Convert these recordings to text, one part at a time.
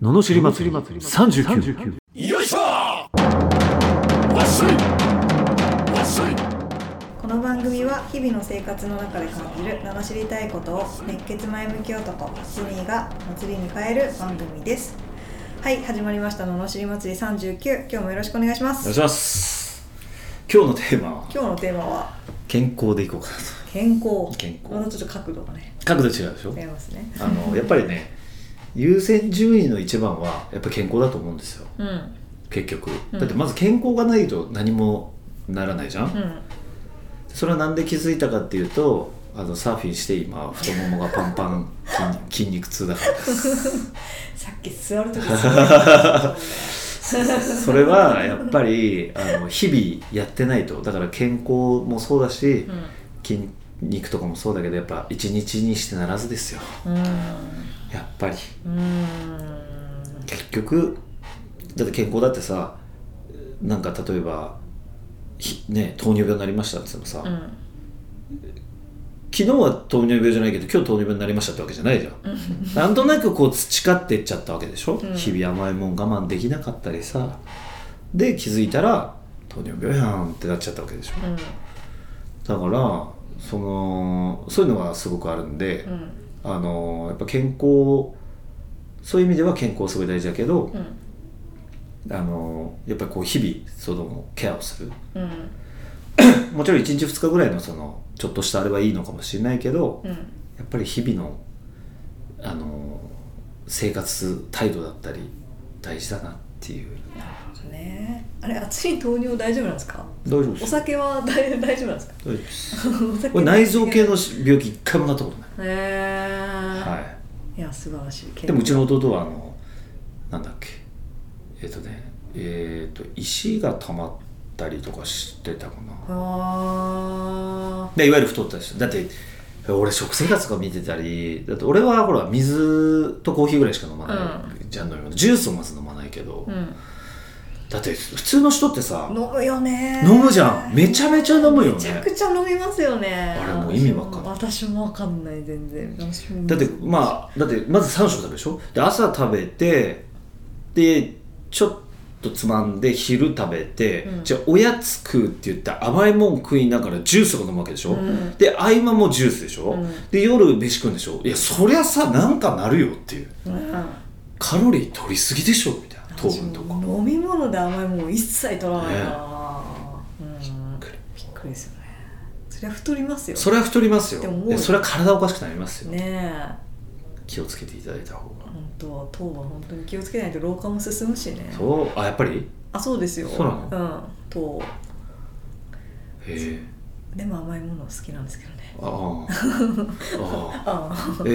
ののしり祭り39よいしょわっしょいわっしょいこの番組は日々の生活の中で感じる名の知りたいことを熱血前向き男スニーが祭りに変える番組ですはい始まりました「ののしり祭り39」今日もよろしくお願いしまお願いすします今日のテーマは今日のテーマは健康でいこうかな健康健康またちょっと角度がねと角度違うでしょ違いますねあのやっぱりね優先順位の一番はやっぱ健康だと思うんですようん結局うんだってまず健康がないと何もならないじゃん、うんそれはなんで気づいたかっていうとあのサーフィンして今太ももがパンパン筋筋肉痛だからさっき座る時すごいなそれはやっぱりあの日々やってないとだから健康もそうだしうん筋肉とかもそうだけどやっぱ一日にしてならずですよやっぱりうーん結局だって健康だってさなんか例えばひね糖尿病になりましたって言ってもさ、昨うん日は糖尿病じゃないけど今日糖尿病になりましたってわけじゃないじゃんうんなんとなくこう培ってっちゃったわけでしょ、うん日々甘いもん我慢できなかったりさで気づいたら糖尿病やんってなっちゃったわけでしょうんだからそのそういうのがすごくあるんで、うんあのやっぱ健康そういう意味では健康はすごい大事だけど、うんあのやっぱりこう日々そのケアをするうんもちろん1日2日ぐらいのそのちょっとしたあれはいいのかもしれないけどうんやっぱり日々のあの生活態度だったり大事だなっていうなるほどねあれ熱い糖尿大丈夫なんですか大丈夫おです酒は大大丈夫なんですか大丈夫ですお酒これ内臓系の病気一回もなったことない、へえー、はいや素晴らしいい、ででもうちの弟はあのなんだっけえっ、とねえっ、と石が溜まったりとかしてたかなあでいわゆる太った人だって俺食生活とか見てたりだって俺はほら水とコーヒーぐらいしか飲まない、じゃん飲み物ジュースをまず飲まないけど、ーうんだって普通の人ってさ飲むよね飲むじゃんめちゃめちゃ飲むよめちゃねくちゃ飲みますよねあれもう意味わかんない私もわかんない全然私もだってまあだってまず3食食べるでしょで朝食べてでちょっとつまんで昼食べて、うんじゃあおやつ食うって言って甘いもん食いながらジュースとか飲むわけでしょ、うんで合間もジュースでしょ、うんで夜飯食うんでしょいやそりゃさなんかなるよっていううんカロリー取りすぎでしょみたいな糖私分とかも飲み物で甘いもの一切取らないから、うんくりびっくりですよねそりゃ太りますよそれは太りますよでももういやそれは体おかしくなりますよ、ね気をつけていただいた方がえ、本当糖は本当に気をつけないと老化も進むしねそうあやっぱりあそうですよそうなのうん糖へえでも甘いもの好きなんですけどね あああああえ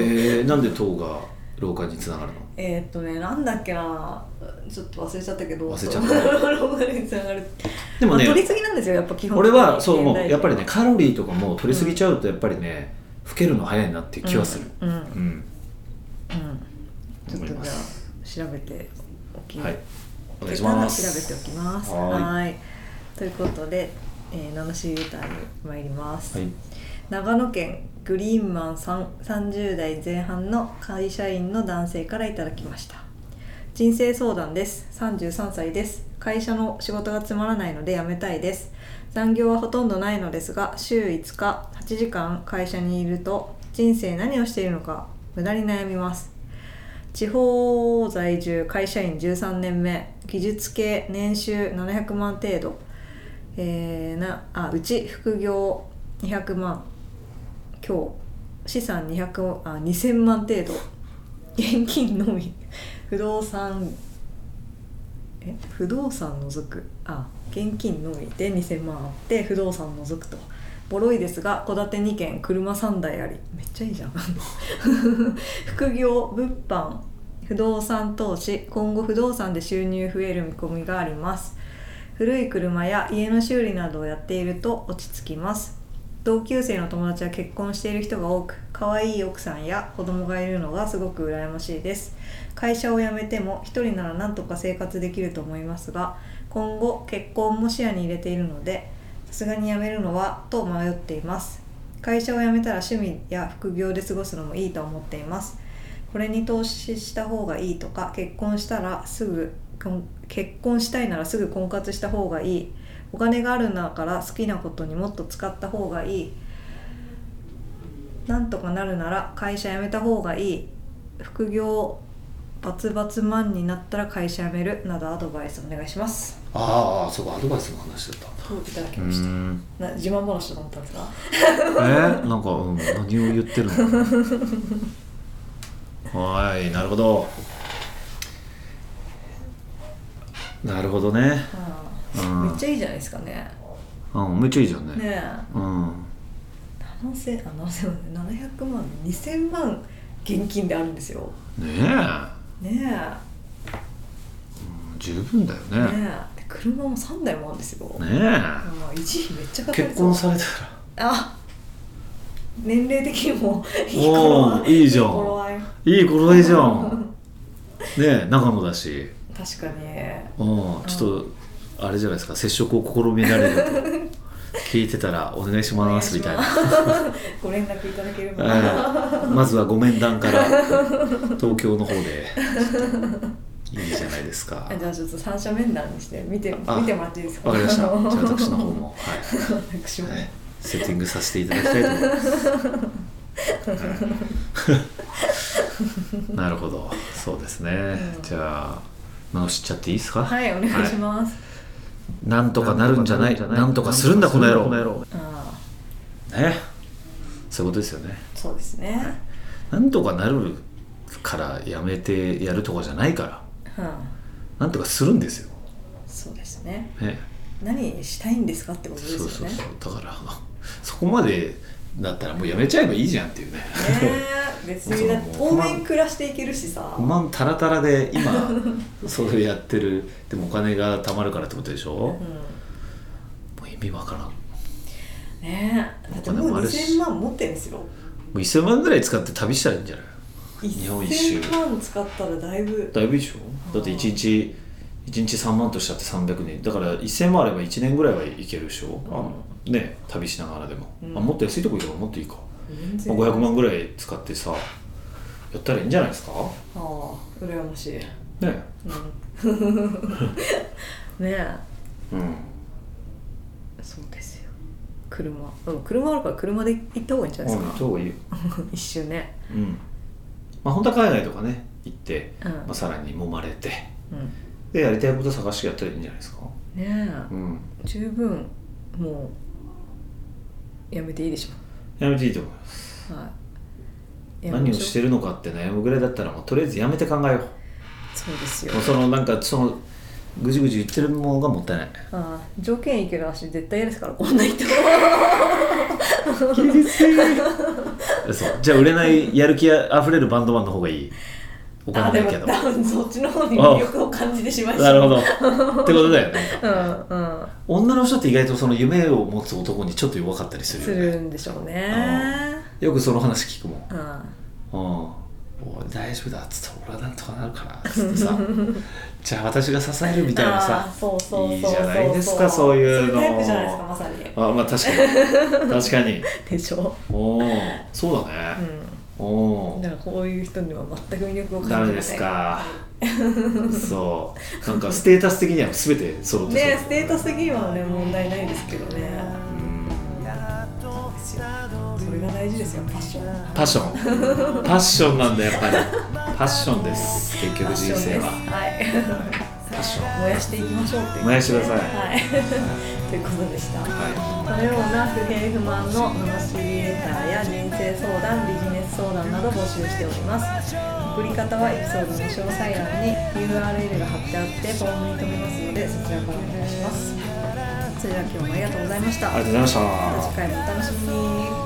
ー、なんで糖が老化につながるのえーっとねなんだっけなちょっと忘れちゃったけど忘れちゃった 老化につながるでもまあ、取りねすぎなんですよやっぱ基本俺はそう思うやっぱりねねカロリーとかも取りすぎちゃうとやっぱりね老けるの早いなっていう気はするうん、うんうん、うんちょ思っいとまじゃすあ調べておきはいお願いし下手なまら調べすておきますはーいーいということで、えー、名の知りレーターに参ります、はい長野県グリーンマンさん30代前半の会社員の男性からいただきました人生相談です33歳です会社の仕事がつまらないので辞めたいです残業はほとんどないのですが週5日8時間会社にいると人生何をしているのか無駄に悩みます地方在住会社員13年目技術系年収700万程度、えーなあうち副業200万強資産200あ2000万程度現金のみ不動産え不動産除くあ現金のみで2000万あって不動産除くとボロいですが戸建て2軒車3台ありめっちゃいいじゃん 副業物販不動産投資今後不動産で収入増える見込みがあります古い車や家の修理などをやっていると落ち着きます同級生の友達は結婚している人が多く可愛い奥さんや子供がいるのがすごく羨ましいです会社を辞めても一人なら何とか生活できると思いますが今後結婚も視野に入れているのでさすがに辞めるのはと迷っています会社を辞めたら趣味や副業で過ごすのもいいと思っていますこれに投資した方がいいとか結婚したらすぐ婚結婚したいならすぐ婚活した方がいいお金があるんだから好きなことにもっと使った方がいいなんとかなるなら会社辞めた方がいい副業バツバツマンになったら会社辞めるなどアドバイスお願いしますああそうかアドバイスの話だったんだといただきうましたーんな自慢話だと思ったんですかえー、なんか、うん、何を言ってるの かなはーいなるほどなるほどねうんうんめっちゃいいじゃないですかねうんめっちゃいいじゃんねねえうん7000あ7000万700万2000万現金であるんですよねねえ十分だよえねねえで車も3台もあるんですよ、ねあー一時めっちゃかえかる結婚されたらあ年齢的に もいいお頃ーいいじゃん頃合いいい頃合いじゃ んねえ長野だし確かにうんちょっとあれじゃないですか接触を試みられると聞いてたらお願いしますみたいなご連絡いただければ、はいまずはご面談から東京の方でいいじゃないですか あじゃあちょっと三者面談にして見て見あてもらっていいですかわかり ましたじゃあ私の方ももはい、 私も、はい、セッティングさせていただきたいと思います、はい、なるほどそうですね、うんじゃあ直しちゃっていいですかはいお願いします、なんとかなるんじゃないなんとかするんだこの野郎ねあそういうことですよねーそうですね、なんとかなるからやめてやるとかじゃないからうんなんとかするんですよ、そうですねね、何したいんですかってことですよそうねそうそうだからそこまでだったらもうやめちゃえばいいじゃんっていうねねえ別にだって当面暮らしていけるしさ不満たらたらで今それやってるでもお金が貯まるからってことでしょ、うもんう意味わからんもねえだっておも金もうあるし2000万持ってんですよう1000万ぐらい使って旅したらいいんじゃない日本一周1000万使ったらだいぶだいぶいいでしょだって1日1日3万としたって300人だから1000万あれば1年ぐらいはいけるでしょ、あね旅しながらでも、うんあもっと安いとこ行けばもっといいか、全まあ、然500万ぐらい使ってさやったらいいんじゃないですかああ羨ましい、ね うん、ねえうんそうですよ車うん車あるから車で行った方がいいんじゃないですか、超いいよ一周ねうんまあ本当は海外とかね行って、うん、まあ、さらに揉まれてうん、でやりたいこと探してやったらいいんじゃないですかねえうん十分もうやめていいでしやめていいと思いますょはいやめ何をまょうしてるのかって悩むぐらいだったらもうとりあえずやめて考えよそうですようもうそのなんかそのぐじぐじ言ってるものがもったいないああ条件いいけど私絶対嫌ですからこんな人そうじゃあ売れないやる気あふれるバンドマンの方がいいおあ金なでいもけど多分そっちの方に魅力を感じてしまいそうなるほ どってことだよなんうか、んうん女の人って意外とその夢を持つ男にちょっと弱かったりすするよるねんでしょうあねよくその話聞くもんううんん、俺大丈夫だっつって俺はなんとかなるからっつって さじゃあ私が支えるみたいなあーさそうそうそういいじゃないですかそういうのタイプじゃないですかまさにあまあ確か に確かにでしょおおそうだね、うおんおだからこういう人には全く魅力をダ感メでじませすんかそうなんかステータス的には全て揃ってそうねステータス的にはね問題ないですけどねうんそれが大事ですよファッションパッションパッションなんだやっぱりパッションです結ファ局ッシ人ョンです生ははいパッション燃やしていきましょうっていう燃やしてくださいはい ということでしたはこのような不平不満の罵りレターや人生相談ビジネス相談など募集しております送り方はエピソードの詳細欄に URL が貼ってあってフォームに飛びますのでそちらからお願いしますそれでは今日もありがとうございましたい、ありがとうございました次回もお楽しみに